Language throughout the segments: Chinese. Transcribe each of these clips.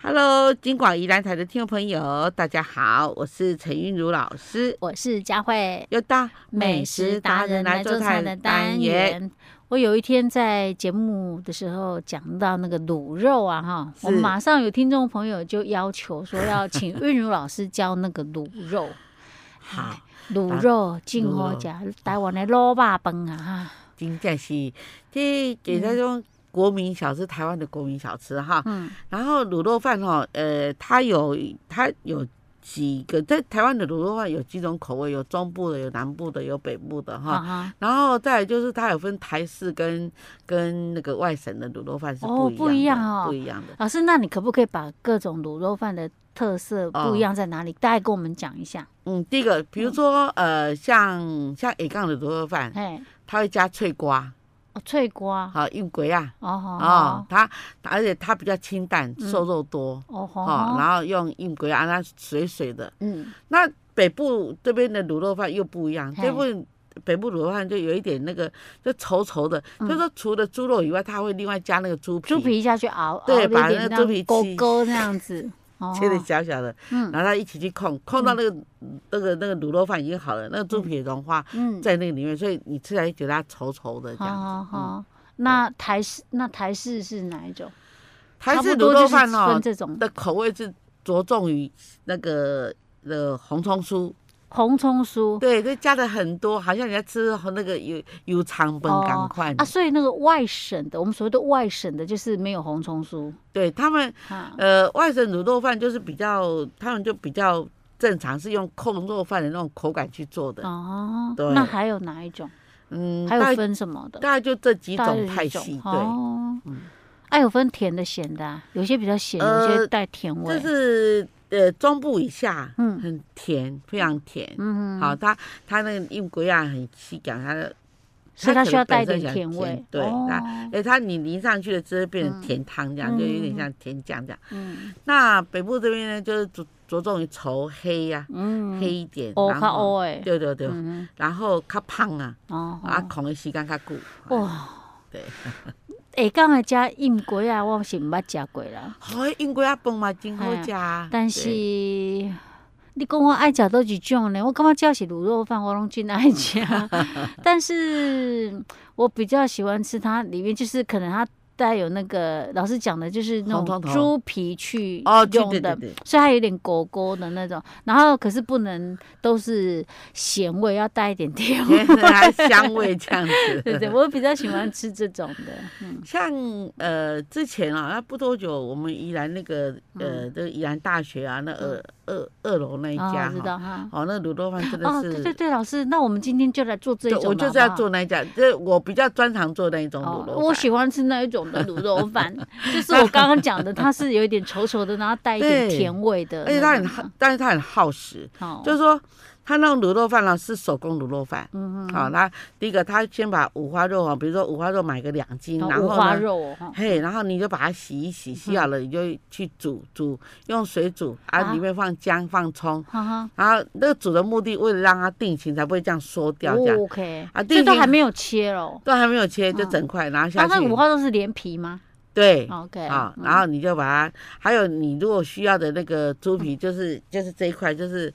Hello，金广宜兰台的听众朋友，大家好，我是陈韵如老师，我是佳慧，又到美食达人来做菜的单。元。我有一天在节目的时候讲到那个卤肉啊，哈，我是马上有听众朋友就要求说要请韵如老师教那个卤肉， 好，卤肉进卤好肉食，台湾的卤肉饭啊，真正是这给那种国民小吃，台湾的国民小吃哈哈。嗯，然后卤肉饭哈，呃，它有它有几个，在台湾的卤肉饭有几种口味，有中部的，有南部的，有北部的哈。哈哈，然后再来就是它有分台式跟跟那个外省的卤肉饭是哦不一样的，不不一一样的。老师，那你可不可以把各种卤肉饭的特色不一样在哪里，大概跟我们讲一下？嗯，第一个，比如说嗯呃，像像野杠的卤肉饭，嘿，它会加脆瓜，哦，脆瓜，好硬鬼啊，哦吼，哦哦，它而且它比较清淡，瘦肉多，吼，哦，吼然后用硬鬼啊，那水水的。嗯，那北部这边的卤肉饭又不一样，嘿这部北部卤肉饭就有一点那个，就稠稠的，就是说除了猪肉以外，它会另外加那个猪皮，嗯猪皮下去熬，熬对了一把点那个猪让皮勾切勾那样子，哦， 切的小小的，嗯然后它一起去控，控到那个、那个那个卤肉饭已经好了，那个猪皮也融化嗯，哦在那个里面，所以你吃起来觉得它稠稠的这好样。嗯好好。那台式那台式是哪一种？台式差不卤多就肉是饭哦分这种的口味是着重于那个呃红葱酥，红葱酥对，就加了很多，好像你在吃那个油油肠粉赶快。啊，所以那个外省的，我们所谓的外省的，就是没有红葱酥对他们啊。呃外省卤肉饭就是比较，他们就比较正常是用控肉饭的那种口感去做的，哦对，那还有哪一种？嗯，还大概有分什么的？大概就这几大概种是派一种系，对。嗯哦，哎，有分甜的、咸的啊，有些比较咸，有呃些带甜这味。是呃中部以下，嗯很甜，非常甜。嗯，好，它它那个硬龟啊很细讲它的，所以它需要可能带一本点身甜想味。对，哦那哎它你淋上去了之后变成甜汤这样，就有点像甜酱这样。嗯那北部这边呢，就是着着重于稠黑呀，嗯，黑一点，哦，然较后欧哎，对对对，嗯然后较胖啊，哦，啊，空的时间较久。啊哇，对，下港的遮燕果啊，我是毋捌食过啦。好，硬龟啊饭嘛真好哎食啊，但是你讲我爱食倒一种呢？我感觉只要是卤肉饭，我拢真爱 食。但是我比较喜欢吃它里面，就是可能它带有那个老师讲的，就是那红种葱头猪皮去对哦，对用对对的。对，所以它有点狗狗的那种，然后可是不能都是咸味，要带一点甜 味。还啊香味这样子。 对对，我比较喜欢吃这种的。 嗯像呃之前啊，那不多久，我们宜兰那个呃，这个宜兰大学啊，那二二二楼那一嗯哦，家我知道哈，哈。哦，那卤肉饭真的哦，对对是，对，老师，那我们今天就来做这一种我的就是好要不好做那一家，这我比较专长做那一种卤哦，肉我饭。喜欢吃那一种的卤肉饭，就是我刚刚讲的，它是有一点稠稠的，然后带一点对甜味的哦而那且种它啊，很耗，但是它很耗时，好，就是说它那种卤肉饭呢是手工卤肉饭。嗯嗯，好，那第一个，他先把五花肉啊，比如说五花肉买个两斤，然然后五后花呢，肉哦哈，嘿，然后你就把它洗一洗，洗好了你就去煮煮，用水煮啊，啊里面放姜放葱，哈哈然后那个煮的目的为了让它定型，才不会这样缩掉 这样。哦，OK，啊这定都型还没有切哦，都还没有切，就整块拿下然去。后啊那五花肉是连皮吗对， ？OK，啊，嗯然后你就把它，还有你如果需要的那个猪皮，就是就是这一块，就是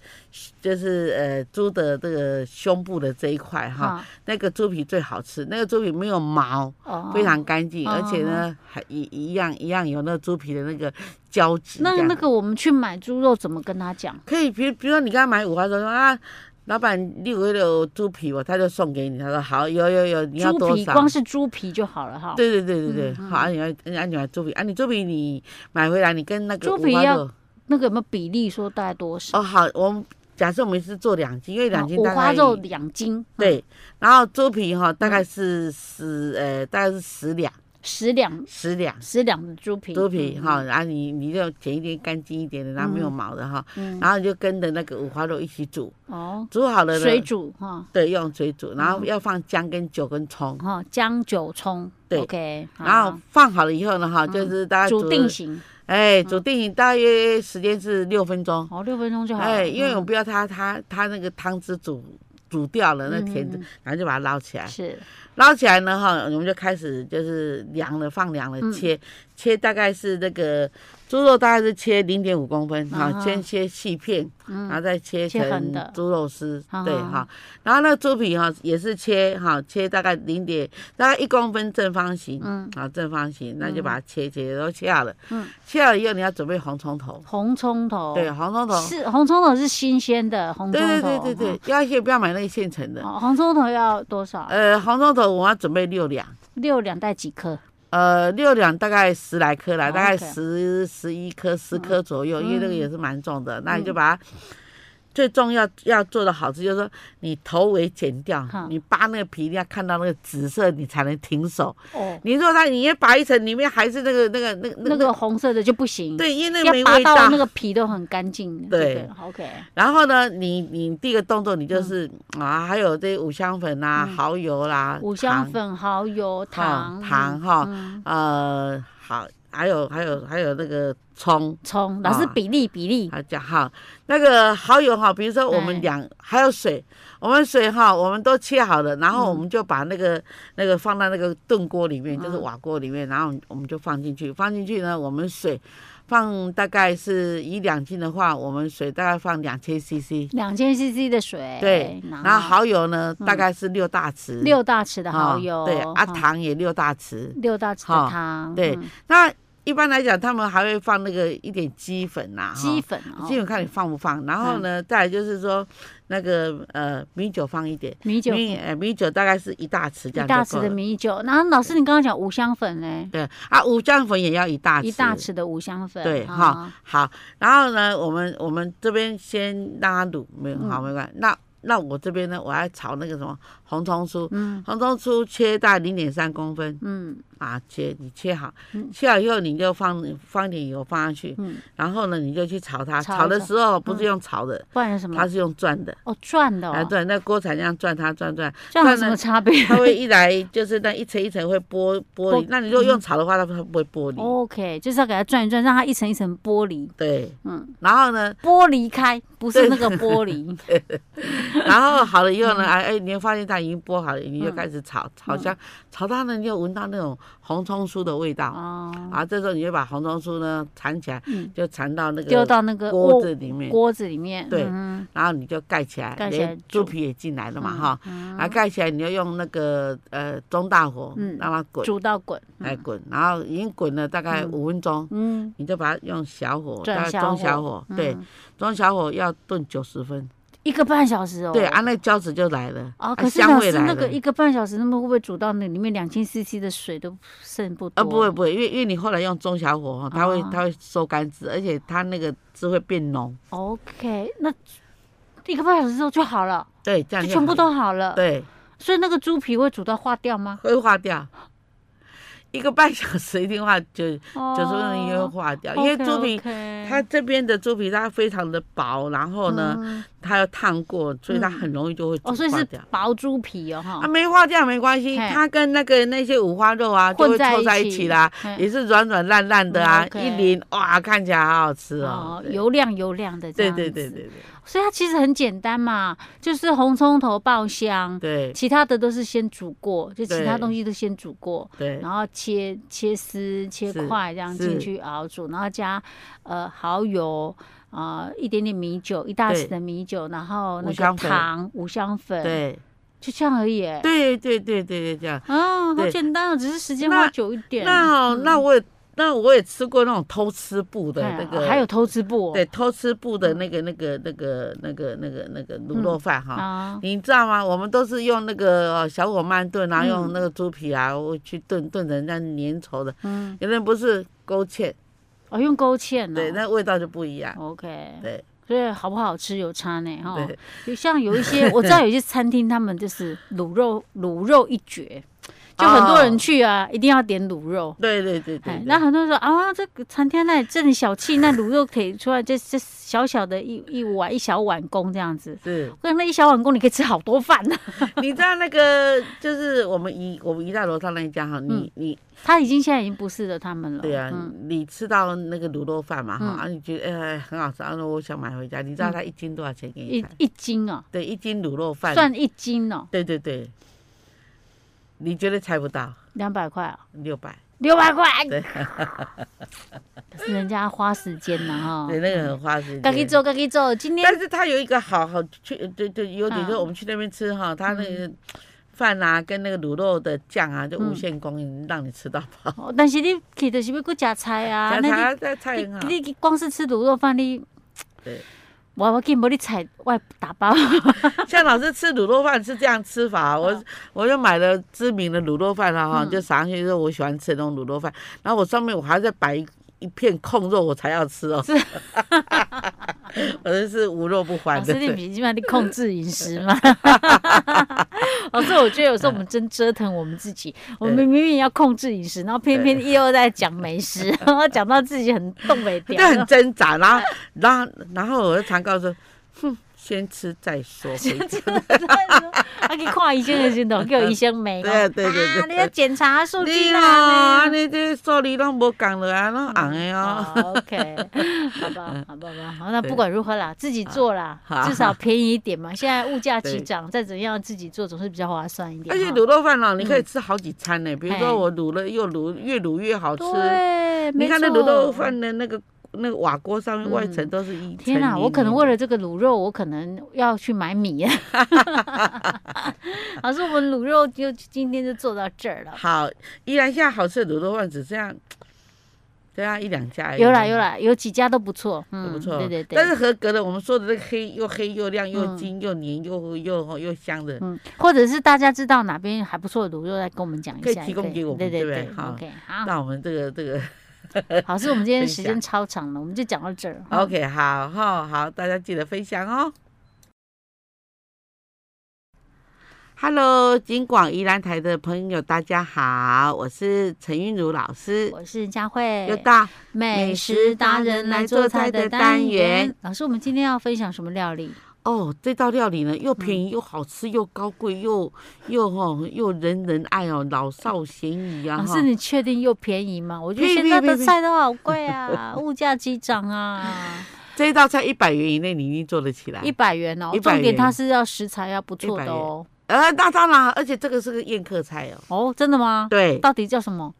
就是呃猪的这个胸部的这一块哈，啊那个猪皮最好吃，那个猪皮没有毛，哦非。常干净，哦而且呢还一一样一样有那个猪皮的那个胶质这那样。那个我们去买猪肉怎么跟他讲？可以，比如比如说你刚刚买五花肉说啊，老板六个有猪皮我他就送给你，他说好，有有有，你要猪多皮少？光是猪皮就好了哈。对对对对对，嗯嗯好，啊你要啊你买猪皮啊，你猪皮你买回来你跟那个猪五皮花要肉那个有没有比例说大概多少？哦好，我们假设我们是做两斤，因为两斤哦五大花概肉嗯两斤，对，然后猪皮哈大概是十呃大概是十两十两十两。十两的猪皮，猪皮嗯哈，然后你你就剪一点干净一点的，然后没有毛的哈，嗯然后你就跟着那个五花肉一起煮，哦，煮好了呢水煮嗯哈，对，用水煮，然后要放姜跟酒跟葱，哈，姜九葱，对 o k 然后放好了以后呢，哈，就是大概哦嗯煮定，型，嗯哎，煮定大约时间是六分钟，哦，六分钟就好了，哎，因为我嗯们不要它它它那个汤汁煮煮掉了那嗯甜的嗯嗯，然后就把它捞起来，是捞起来呢，嗯哈，我们就开始就是凉了，放凉了切，切大概是那个猪肉大概是切零点五公分，啊哈，哈嗯先切细片，然后再切切横的成猪肉丝啊，对哈哈。然后那个猪皮哈也是切哈，切大概零点大概一公分正方形，嗯啊正方形，那就把它切切都切好了，嗯切好了以后你要准备红葱头，红葱头，对，红葱头，是红葱头是新鲜的红葱对对头，对对对，要先不要买那个现成的，嗯哦，红葱头要多少？呃，红葱头我要准备六两。六两袋几颗？呃，六两大概十来颗啦，哦大概 OK 十十一颗、十颗左右，因为那个也是蛮重的。那你就嗯把它最重要要做的好处就是说，你头尾剪掉好，你扒那个皮一定要看到那个紫色，你才能停手。哦，你如果它你一扒一层，里面还是那个那个那那个红色的就不行，，对，因为那个嗯要没拔味到道那。个皮都很干净。对对，OK，然后呢，你你第一个动作你就是啊，还有这五香粉啊、嗯蚝油啦、五香糖粉、蚝油、哈糖、糖哈，嗯呃，好，还有还有还有那个葱。葱，老师啊比例比例，好讲哈，那个蚝油哈，比如说我哎们两还有水，我们水哈，我们都切好了，然后嗯我们就把那个、那个放到那个炖锅里面，就是嗯瓦锅里面，然后我们就放进去，放进去呢，我们水放大概是以两斤的话，我们水大概放两千 CC，两千 CC 的水，对，然后蚝油呢、哎嗯大概是六大匙，六大匙的哈蚝油，对，啊哈糖也六大匙，六大匙哈的糖，对嗯那一般来讲他们还会放那个一点鸡粉啊呐、哈鸡粉哦，嗯基本看你放不放，然后呢，再来就是说那个呃米酒放一点，米酒，米一呃米酒大概是一大匙这样大就匙够的了。米酒。然后老师，你刚刚讲五香粉呢，对啊，五香粉也要一大匙，一大匙的五香粉，对啊哈，好，然后呢，我们我们这边先让它卤，没嗯有好没关系。那那我这边呢，我要炒那个什么红葱酥，嗯红葱酥切大概零点三公分嗯啊，切你切好嗯，切好以后你就放放一点油放上去，嗯，然后呢你就去炒它。炒一炒的炒时候不是用炒的，不然是什么它？是用转的。哦，转的来哦，转，那锅铲这样转它转转， 这样转有什了么差别它 会一来就是那一层一层会剥剥剥嗯离。那你如果用炒的话，它它不会剥离。 ？OK，就是要给它转一转，让它一层一层剥离，对，嗯，然后呢，剥离开，不是那个剥离，然后好了以后呢，哎哎，你会发现它已经剥好了，你就嗯开始炒，炒香，炒到呢你就闻到那种红葱酥的味道。哦，啊，这时候你就把红葱酥呢缠起来嗯，就缠到那丢个到那个锅锅子里面，锅子里面，对嗯然后你就盖起来，盖起来连猪煮皮也进来了嘛哈。嗯啊，盖起来你就用那个呃中大火嗯让它滚，哎煮到滚，来滚，然后已经滚了大概嗯五分钟。嗯，你就把它用小火，大转概小中小火火，对，嗯中小火要炖九十分，一个半小时哦，对，啊，那胶质就来了，哦，啊可是香老味师来那了个一个半小时，那么会不会煮到那里面两千 CC 的水都剩不多？啊，不会，不会，因为因为你后来用中小火哈，它会哦它会收干汁，而且它那个汁会变浓， OK，那一个半小时之后就好了，对，这样就就全部好都好了。，对，所以那个猪皮会煮到化掉吗？会化掉，一个半小时一定化就九九十分钟一定会化哦掉，因为猪皮。嗯它这边的猪皮它非常的薄，然后呢，它要烫过，所以它嗯很容易就会煮哦，所以化是掉薄猪皮哦，哈啊，，没化掉没关系，嘿它跟那个那些五花肉啊就混会在凑一在一起起啦，嘿也是软软烂烂的啊嗯，，OK 一淋哇，看起来好好吃哦哦，。对油亮油亮的这对样对对子对所以它其实很简单嘛，就是红葱头爆香，对其他的都是先煮过，就其他对东西都先煮过，对对然后切切丝、切是块这样是进去熬煮，然后加呃蚝油啊、呃一点点米酒，一大匙对的米酒，然后那五个香粉糖、五香粉，，对就这样而已耶。对对对对对，这样。啊，好对简单哦，只是时间那花久一点。那哦那嗯我也那我也吃过那种偷吃布的哎那个，还有偷吃布、哦，对偷吃布的那个那个那个那个那个那个卤肉饭哈。啊，你知道吗？我们都是用那个呃小火慢炖，然后用嗯那个猪皮啊，我去炖炖成像粘稠的。嗯，有的人不是勾芡，哦，用勾芡哦，对，那味道就不一样。 OK，对所以好不好吃有差呢哈。对，就像有一些我知道有一些餐厅，他们就是卤肉卤肉一绝，就很多人哦去啊，一定要点卤肉。对对对对哎，对。那很多人说啊，这个餐厅那里真小气，那卤肉可以出来这这小小的一一碗一小碗公这样子。，是可那一小碗公你可以吃好多饭呢、 你知道那个就是我们一我们一大楼上那一家哈，你你他已经现在已经不是了他们了。对啊嗯，你吃到那个卤肉饭嘛哈，嗯啊你觉得哎很好吃，然后我想买回家，你知道它一斤多少钱给你一看？一斤哦，对，一斤卤肉饭，算一斤哦，对对对，你绝对猜不到两百块哦，六百，六百块。可是人家花时间呐哈， 对，那个很花时自己间。做自己做，今天但是它有一个好好去，呃对对，优点就是我们去那边吃哈，它那嗯个饭啊跟那个卤肉的酱啊，就无限供应，让你吃到饱。哦但是你去就是要去食菜啊， 加那茶菜菜啊你很好，你你光是吃卤肉饭你，对。我我见无你菜外打包，像老师吃卤肉饭是这样吃 法，哦我我就买了知名的卤肉饭啊，嗯哈，就撒上去之后我喜欢吃那种卤肉饭，然后我上面我还要再摆一一片空肉，我才要吃哦。 我真是无肉不欢老的师，你平时你控制饮食 嘛？老师，我觉得有时候我们真折腾我们自己，我们嗯对明明要控制饮食，然后偏偏又在讲 美食，然后讲到自己很东北就调，很挣扎。然后，然后，然后我就常告诉说，哼，先吃再说。回家。啊，去看医生的时候，叫医生美对对对啊，你对要检查数据你啦。哦，安尼你这数字拢无讲落来，拢红的哦。好 OK，好 吧，好吧，好吧，好，那不管如何啦，自己做啦嗯好，好至少便宜一点嘛。现在物价对齐涨，再怎样自己做总是比较划算一点而且哈。卤肉饭哦，你可以吃好几餐呢。比如哎说我卤了又卤，越卤越好吃。对，你没看那错卤肉饭的那个那个瓦锅上面外层都是一层、嗯天啊哪、哪，我可能为了这个卤肉，我可能要去买米。 老师，我们卤肉就今天就做到这儿了。好，依然现在好吃的卤肉饭只剩下对啊一两家而已，有啦有啦，有几家都不错，都嗯，不错、对对对。但是合格的，我们说的那个黑又黑又亮又嗯筋又黏又又又香的，嗯，或者是大家知道哪边还不错的卤肉，再跟我们讲一下可也以可以，提供给我们对对不对对好，OK，好， 那我们这个这个、好，是我们今天分时享间超长了，我们就讲到这儿。嗯好 OK 好哈好，大家记得分享哦。Hello，金广宜兰台的朋友，大家好，我是陈韵如老师，我是佳慧，又到。美食达人来做菜的美食达人来单做菜的单元元。老师，我们今天要分享什么料理？哦，这道料理呢，嗯又便宜又好吃，又高贵，又又吼又人人爱哦，老少咸宜啊！老哈师，你确定又便宜吗？我觉得呸现在呸呸的呸菜都好贵 啊，物价激涨啊，这一道菜一百元以内，你一定做得起来一。百元100哦。重点元它是要食材要不错的哦。呃，那当然，而且这个是个宴客菜哦。哦，真的吗？对，到底叫什么？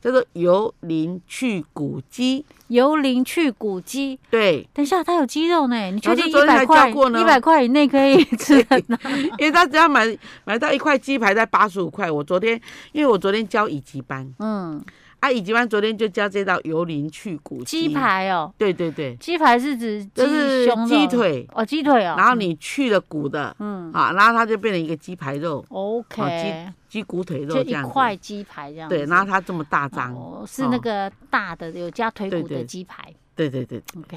叫做油淋去骨鸡。油淋去骨鸡。对，等一下，它有鸡肉呢，你确老师定昨一天百才块教过呢一百块以内可以吃得 到？因为他只要买买到一块鸡排在八十五块。我昨天，因为我昨天教乙级班嗯，啊，乙级班昨天就教这道油淋去骨鸡。排哦，对对对，鸡排是指就鸡是胸肉鸡腿，哦，鸡腿哦。然后你去了骨的，嗯啊，然后它就变成一个鸡排肉。好，OK，哦鸡骨腿肉就这一样子，块鸡排这样子。对，然后它这么大张，哦，是那哦个大的有加腿对骨的对鸡排。对对对， OK，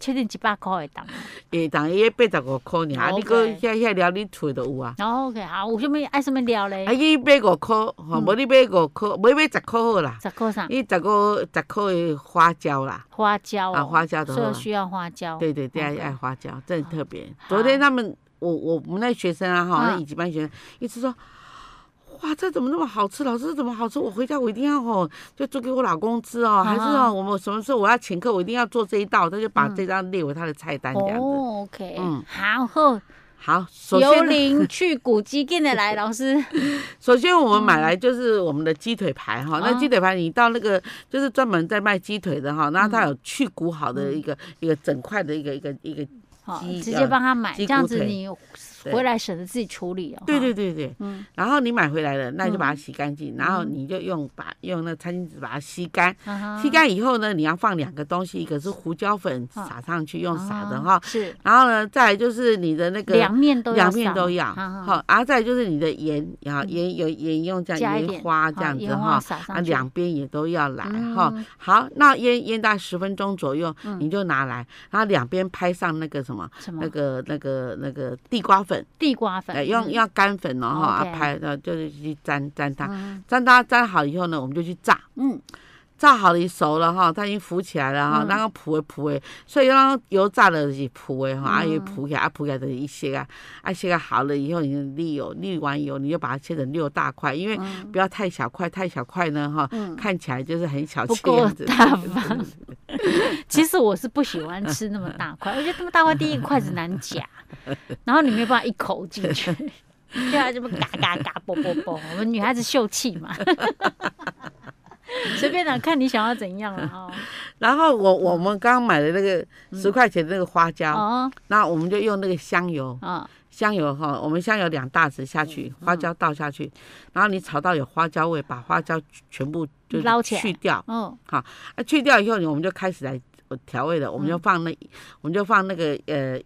确定一百块的档。会当伊八十五箍尔，啊，你搁 OK 遐遐料你揣都有啊，然后 OK，好，有什么爱什么料嘞啊，？伊买五箍，嗯吼，无你买五箍，无买十箍好啦，十块啥？伊十箍十箍的啊花椒啦，花椒啊哦，花椒的所以话需要花椒。对对对，爱 OK 爱花椒，真的特别。好昨天他们，我我我们那学生啊，哈，那嗯乙级班学生一直说。哇，这怎么那么好吃？老师这怎么好吃？我回家我一定要哦，就做给我老公吃哦，还是啊嗯哦，我们什么时候我要请客，我一定要做这一道，他就把这道列为他的菜单这样子。哦，OK，嗯好好，好，首幽先呢灵去骨鸡进的 来，老师，首先我们买来就是我们的鸡腿排哈，那嗯啊鸡腿排你到那个就是专门在卖鸡腿的哈，然后它有去骨好的一个一个整块的一个一个一个，嗯好，鸡直接帮他买，鸡这骨样子腿你对回来省得自己处理哦。对哈对，对对，嗯然后你买回来了，那你就把它洗干净，然后你就用把用那餐巾纸把它吸干。啊哈吸干以后呢，你要放两个东西，一个是胡椒粉啊撒上去用撒的啊哈，是然后呢，再来就是你的那个两面都要两面撒都要，啊哈嗯好，然后再来就是你的盐，然后盐有盐用这加样一盐点花好这样子盐哈花，撒啊，上去，两边也都要来哈、嗯好，那腌腌大概十分钟左右，你就拿来，然后两边拍上那个什么。什那么个、那个、那个地瓜粉，地瓜粉呃，，用啊嗯要干粉哦，哈，啊 OK 拍的就是去沾沾它，嗯沾它沾好以后呢，我们就去炸，嗯，炸好了熟了哈，它已经浮起来了哈，那个浮诶浮诶，所以让油炸了是浮诶嗯哈，啊也浮起来，啊浮起来就是一些啊，啊些啊好了以后，你沥油沥完油，你就把它切成六大块，因为嗯不要太小块，太小块呢哈，看起来就是很小不气的样够子。大 方。其实我是不喜欢吃那么大块，我觉得那么大块，第一筷子难夹，然后你没有办法一口进去。对啊，这么嘎嘎嘎啵啵啵，我们女孩子秀气嘛， 随便啦，看你想要怎样了哦。 然后我我们刚买的那个十块钱的那个花椒，嗯哦那我们就用那个香油，啊，香油哈，我们香油两大匙下嗯去，花椒倒下去，然后你炒到有花椒味，把花椒全部就是捞起来去掉，哦，啊，去掉以后，我们就开始来呃调味了。我们就放那，嗯我们就放那个呃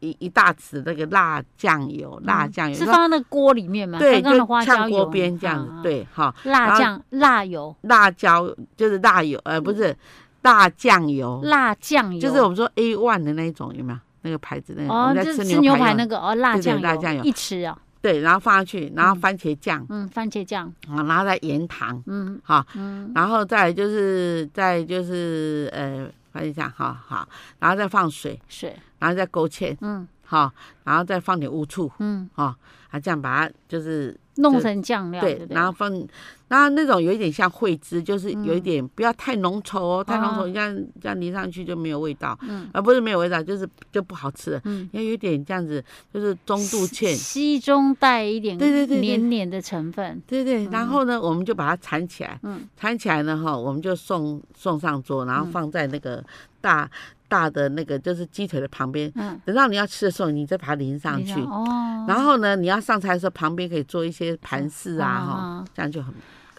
一一大匙那个辣酱油，辣酱油嗯是放在那个锅里面嘛？对，刚刚的就花椒炝油锅边这样子，，啊对，哈，然辣后酱、辣油、辣椒就是辣油，呃，不是辣酱油，嗯辣酱油，就是我们说 A one 的那一种，有没有？那个牌子那个，我哦，们在就是吃吃牛牛排排用那个哦，辣对对酱辣酱油一匙啊，对，然后放下去，然后番茄酱嗯，番茄酱，啊，然后再盐糖嗯哈，嗯，然后再来就是再就是呃番茄酱哈好，然后再放水，水，然后再勾芡，嗯哈、然后再放点乌醋，嗯，哈、啊，这样把它就是弄成酱料，对不，然后放，然后那种有一点像烩汁，就是有一点不要太浓稠哦，太浓稠，哦你这样这样淋上去就没有味道，嗯而不是没有味道，就是就不好吃了，嗯，要有一点这样子，就是中度 芡，稀中带一点对对对对黏黏的成分，对对，然后呢，我们就把它缠起来，嗯缠起来呢哈，我们就送送上桌，然后放在那个大、大的那个就是鸡腿的旁边，嗯，等到你要吃的时候，你再把它淋上你去看，哦，然后呢，你要上菜的时候，旁边可以做一些盘饰啊，哈、啊这样就很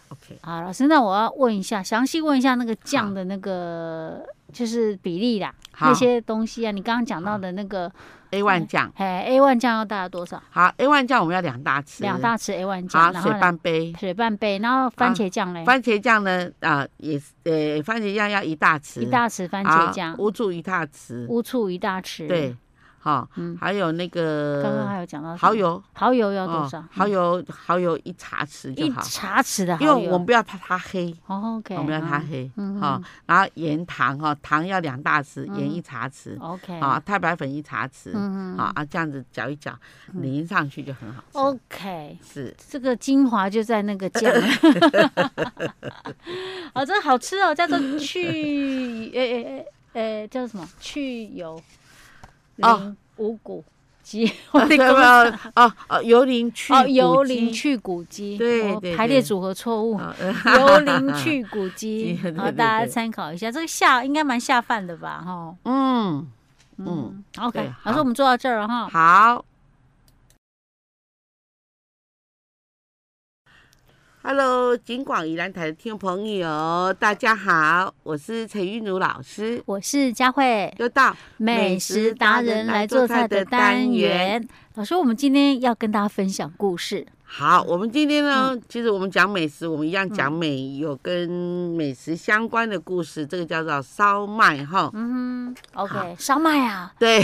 OK。好，老师，那我要问一下，详细问一下那个好酱的那个就是比例啦，好那些东西啊，你刚刚讲到的那个， A one 酱，哎，A one 酱要大概多少？好，A one 酱我们要两大匙，两大匙 A one 好酱，，然后水呢半杯。水半杯，然后番茄酱嘞，番茄酱呢？啊、也是，呃，番茄酱要一大匙，一大匙番好茄酱，乌醋一大匙，乌醋一大匙，对，，好、嗯还有那刚刚还个有讲到什么蚝，油，哦蚝油要多少？嗯蚝油，蚝油一茶匙就一好，茶匙的因蚝为我油们不要怕它黑，哦，OK，我们要它好黑，嗯好、然后盐糖哈、糖要两大匙，盐一茶匙， ，OK，啊，太白粉一茶匙，嗯哦啊啊，这样子搅一搅，淋上去就很好吃。 ，OK，是，这个精华就在那个 酱。 哦，这好吃哦，叫做去 诶诶诶诶，叫什么？去油哦淋五谷 鸡，我啊对的公吧？哦哦，油淋去哦，骨油鸡淋去骨鸡，对我对排对列组合错误。啊油淋去骨鸡对对，然后对大家对参考一下，这个下应该蛮下饭的吧？哈， 嗯嗯， ，OK，好老师，我们做到这儿了哈。好。Hello，金广宜兰台的听众朋友，大家好，我是陈玉茹老师，我是佳慧，又到美食达人来做菜的单元。老师，我们今天要跟大家分享故事。好，我们今天呢，嗯其实我们讲美食，我们一样讲美，有跟美食相关的故事，这个叫做烧麦哈。嗯哼，OK，烧麦啊，对，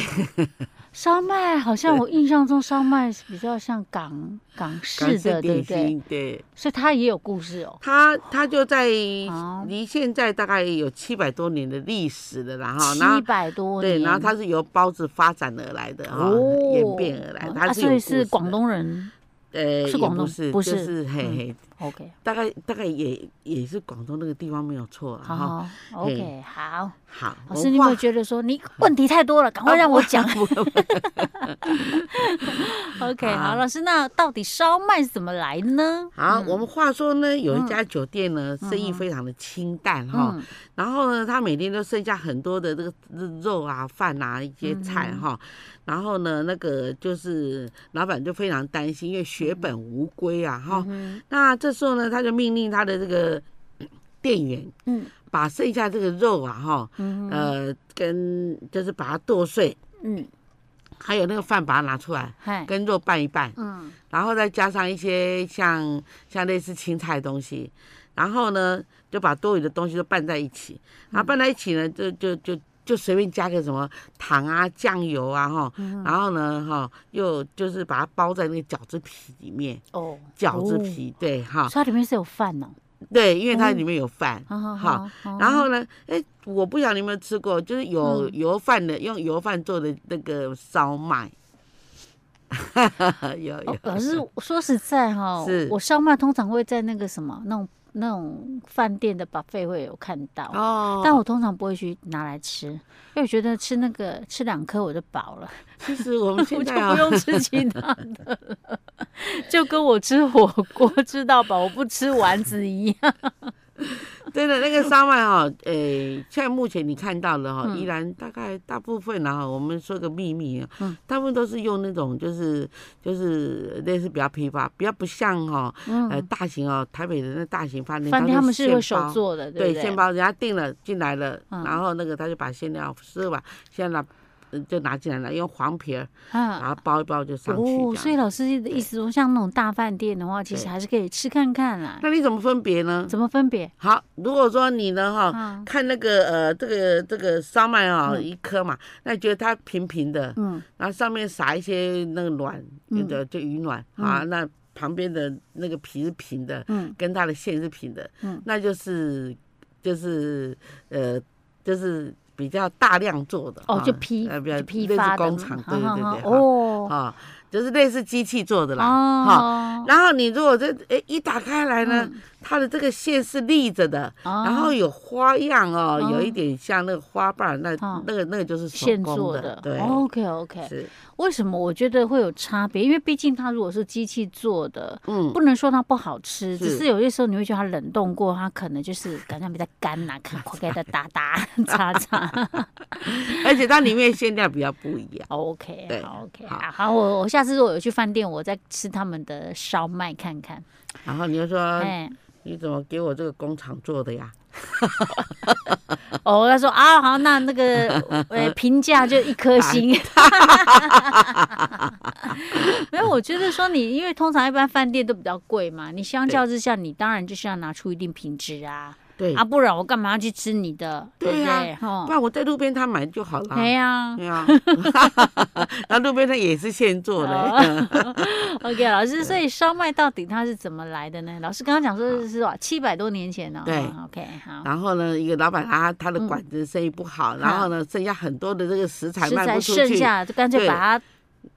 烧麦好像我印象中烧麦是比较像港港式的，对点不对？心，对，所以它也有故事哦。它它就在好离现在大概有七百多年的历史了啦哈。然七后百多年，对，然后它是由包子发展而来的哈，演变而来，哦它啊是有所以故事是的广，东人。呃，是也广东不是，不就是是嘿嗯嘿， OK，大概大概也也是广东那个地方没有错了好哈。好嘿，OK，好。好，哦老师，你有没有觉得说你问题太多了，赶快让我 讲不不？OK，好好，老师，那到底烧麦是怎么来呢？好，我们话说呢，有一家酒店呢，生意非常的清淡哈、嗯然后呢，他每天都剩下很多的这个肉啊、饭啊一些菜哈、嗯然后呢，那个就是老板就非常担心，因为血本无归啊哈、嗯那这时候呢，他就命令他的这个 嗯店员嗯把剩下这个肉啊哈，嗯呃，跟就是把它剁碎，嗯，还有那个饭把它拿出来，嗨，跟肉拌一拌。嗯然后再加上一些像像类似青菜的东西，然后呢就把多余的东西都拌在一起，然嗯后拌在一起呢就就就就随便加个什么糖啊、酱油啊哈，嗯然后呢哈又就是把它包在那个饺子皮里面，哦，饺子哦皮、对哈所以它里面是有饭哦。嗯对，因为它里面有饭。好好好好，好然后呢？哎，我不晓得你有没有吃过，就是嗯有油饭的，用油饭做的那个烧麦， 有有哦。老师说实在哈、是我烧麦通常会在那个什么那种那种饭店的 buffet 会有看到。哦但我通常不会去拿来吃，因为我觉得吃那个吃两颗我就饱了，其实我们现 我就在不啊，用吃其他的了。 就跟我吃火锅吃到饱，我不吃丸子一样。对的，那个烧麦哈，诶、现在目前你看到的嗯哈，依然大概大部分然后我们说个秘密啊，嗯大部分都是用那种就是就是类似比较批发，比较不像哈、呃大型哦，台北的那大型饭店，嗯饭店他们是会会手做的，对不现对？包人家订了进来了，嗯然后那个他就把馅料是吧，先拿呃就拿进来了，用黄皮儿啊，把它包一包就上去哦，这所以样。老师的意思说，像那种大饭店的话，其实对还是可以吃看看啦。那你怎么分别呢？怎么分别？好，如果说你呢哈，啊，看那个呃，这个这个烧麦啊、嗯一颗嘛，那你觉得它平平的，嗯然后上面撒一些那个卵，有的就鱼卵、啊，那旁边的那个皮是平的，嗯跟它的馅是平的，嗯那就是就是呃就是比较大量做的哦，啊就批呃比较就批类似发的工嘛厂，哈对哈对哈对对，哈哦啊，就是类似机器做的啦，哈。哦，嗯然后你如果这哎一打开来呢，它的这个线是立着的，然然后有花样哦，有一哦点像那个花瓣儿，那哦那个那个就是手现工做的，对， ，OK OK。是，为什么我觉得会有差别？因为毕竟它如果是机器做的，嗯，不能说它不好吃，是只是有些时候你会觉得它冷冻过，它可能就是感觉比较干 呐，看快给它打打 擦擦。而且它里面馅料比较不一样。 OK，对好 OK，好好，好，我我下次如果有去饭店，我再吃他们的烧麦看看。然后你就说，哎，你怎么给我这个工厂做的呀？哦，他说啊，好，那那个呃评价就一颗啊星。 没有，我觉得说你，因为通常一般饭店都比较贵嘛，你相较之下，你当然就是要拿出一定品质啊，对，啊，不然我干嘛要去吃你的，对对不呀对？哈不，嗯然我在路边摊买就好了。哎呀对呀， 然后路边摊也是现做的。哦 OK，老师，所以烧麦到底它是怎么来的呢？老师刚刚讲说是吧，七百多年前呢、哦。对嗯，OK，好。 然后呢，一个老板他他的嗯馆子生意不好，然后呢，剩下很多的这个食材食卖材不出剩去，下就干脆对把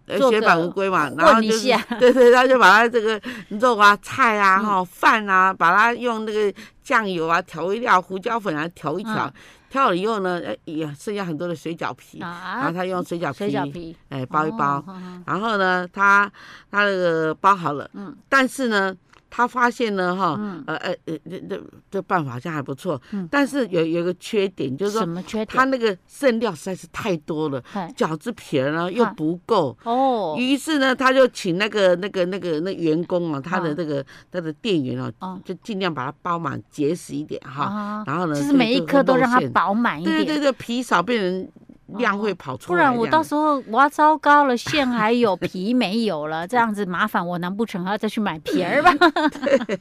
呃，做血本个无归嘛，混然后一就是下嗯对对，他就把它这个肉啊、菜啊、哈、饭啊，把它用那个酱油啊、调味料、胡椒粉啊调一调，嗯调好了以后呢，哎也剩下很多的水饺皮，它然后啊，他用水饺水饺皮皮哎包一包，哦好好然后呢，他他那个包好了，嗯但是呢。他发现呢，哈、嗯呃呃呃，这这这办法好像还不错，嗯但是有有一个缺点，就是什说么缺他点？那个剩料实在是太多了，哎饺子皮儿呢又啊不够，哦，于是呢，他就请那个那个那个那员工啊，他的啊那个他的店员啊，哦就尽量把它包满结实一点哈。啊，然后呢，就是就每一就颗都露让它馅饱满一对对点，对，皮少变成量会跑出不来这样。然我到时候哇糟糕了，馅还有皮没有了，这样子麻烦我，难不成还要再去买皮儿 吧？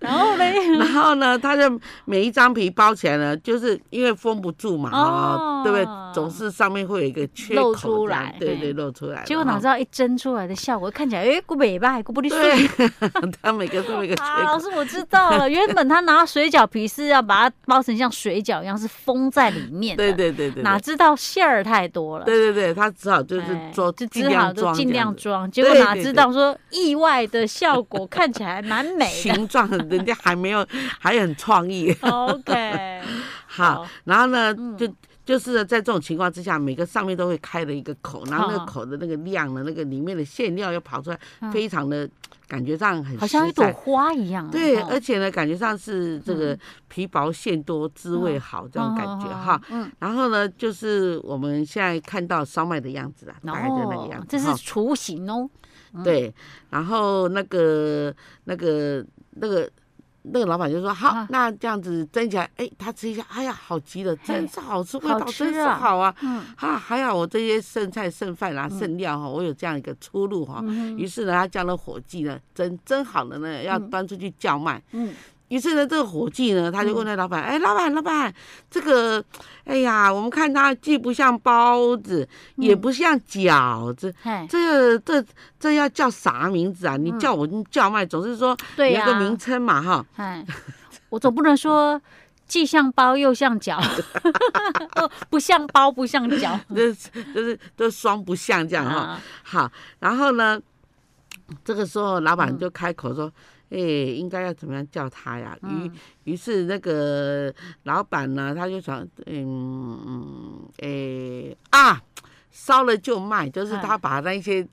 然后嘞，然后呢，他就每一张皮包起来呢，就是因为封不住嘛，哦对不对？总是上面会有一个缺口露出这样来对对，嘿露出来了哈。结果哪知道一蒸出来的效果看起来，哎，古北吧，古不利顺。 对，他每个都有一个缺啊，老口。师，我知道了。原本他拿水饺皮是要把它包成像水饺一样，是封在里面的。对对对对，哪对知道馅儿太多了。对对，他只好就是哎做就尽只好量就装尽这样量子装，结果对哪对知对道说意外的效果看起来蛮美的。形状，人家还没有， 还很创意。 OK， 好好，嗯然后呢，就就是在这种情况之下，每个上面都会开了一个口，然后那个好口的那个量呢，那个里面的馅料又跑出来，嗯非常的感觉上很好像一实朵在花一样啊。对，哦而且呢，感觉上是这个皮薄馅多，滋味好这种感觉哈。。嗯，然后呢，就是我们现在看到烧麦的样子啊，大概就那个样哦子。，这是哈雏形哦。对，然后那个那个那个那个老板就说：“好，啊那这样子蒸起来，哎，他吃一下，哎呀，好极了，真嘿是好吃，味好道吃真是啊好啊！嗯啊，还好我这些剩菜剩饭啊、剩料哈、我有这样一个出路哈、嗯于是呢，他叫那伙计呢蒸蒸好了呢，要嗯端出去叫卖。嗯，于是呢，这个伙计呢，他就问那老板：“哎、老板，老板，这个，哎呀，我们看它既不像包子，也嗯不像饺子，嘿，这这这要叫啥名字啊？你嗯叫我叫卖，总是说有对啊一呀。个名称嘛，哈。哎，我总不能说既像包又像脚，哦不像包不像脚。就是就是都双不像 这样哈。啊，好，然后呢，这个时候老嗯板就开口说：“哎、应该要怎么样叫他呀？”于嗯于是那个老板呢，他就想，嗯嗯，哎啊，烧了就卖，就是嗯他把那些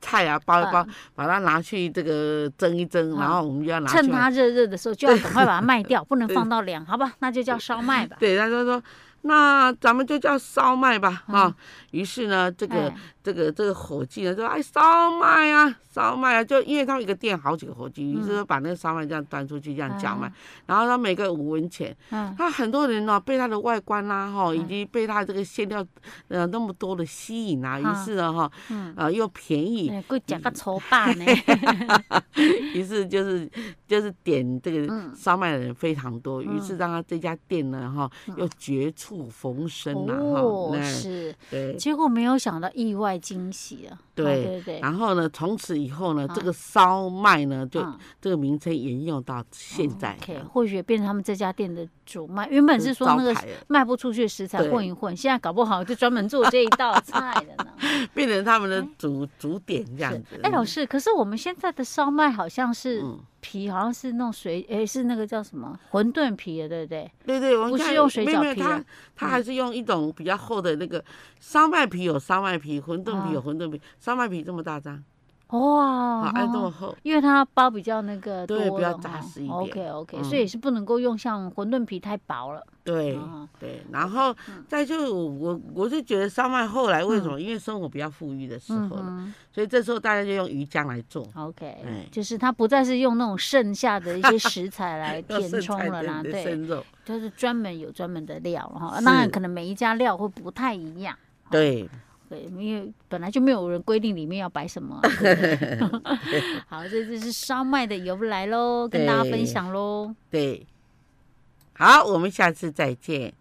菜啊，包一包嗯，把它拿去这个蒸一蒸，然后我们就要拿趁出来它热热的时候就要赶快把它卖掉，不能放到凉，好吧？那就叫烧麦吧。对，他就说那咱们就叫烧麦吧，哈、于是呢，这个、嗯哎这个这个伙计呢就说，哎，烧麦啊，烧麦啊，就因为他们一个店好几个伙计，于是就把那个烧麦这样端出去，这样叫卖，嗯啊然后他每个五文钱。嗯，他很多人呢、哦被他的外观啦、哈，以及被他这个馅料，呃，那么多的吸引啊，于啊是呢，哈，嗯呃，又便宜，哎，贵讲个丑 霸呢，于是就是就是点这个嗯烧麦的人非常多，于是让他这家店呢，哈，又绝处逢生啊，哈，嗯哦，那是，对结果没有想到意外惊喜啊，对啊对对，然后呢，从此以后呢，这啊个烧麦呢，就嗯这个名称沿用到现在，哦啊 OK，或许也变成他们这家店的主卖。原本是说那招牌个了卖不出去的食材对混一混，现在搞不好就专门做这一道 菜了呢。变成他们的主主点这样哎是子。哎，老师，可是我们现在的烧麦好像是嗯皮，好像是那种水，哎，是那个叫什么馄饨皮的，对不对？对对，我们不是看用水没有饺没有皮啊嗯它的它还是用一种比较厚的那个烧麦皮，有烧麦皮，馄饨皮有啊馄饨皮，烧麦皮这么大张，哇，啊，哎这么哦厚，因为它包比较那个多对了比较哈扎实一点 OK OK，嗯所以是不能够用像馄饨皮太薄了。对啊对，然后嗯再就我我我就觉得烧麦后来为什么？因为生活比较富裕的时嗯候了，哼所以这时候大家就用鱼浆来做。哎，OK，就是它不再是用那种剩下的一些 食材来要填剩充菜了啦，对对。生肉，就是专门有专门的料了哈，是当然可能每一家料会不太一样，对，对，因为本来就没有人规定里面要摆什么啊、对不对 好，这就是烧麦的由来喽，跟大家对分享喽。对，好，我们下次再见。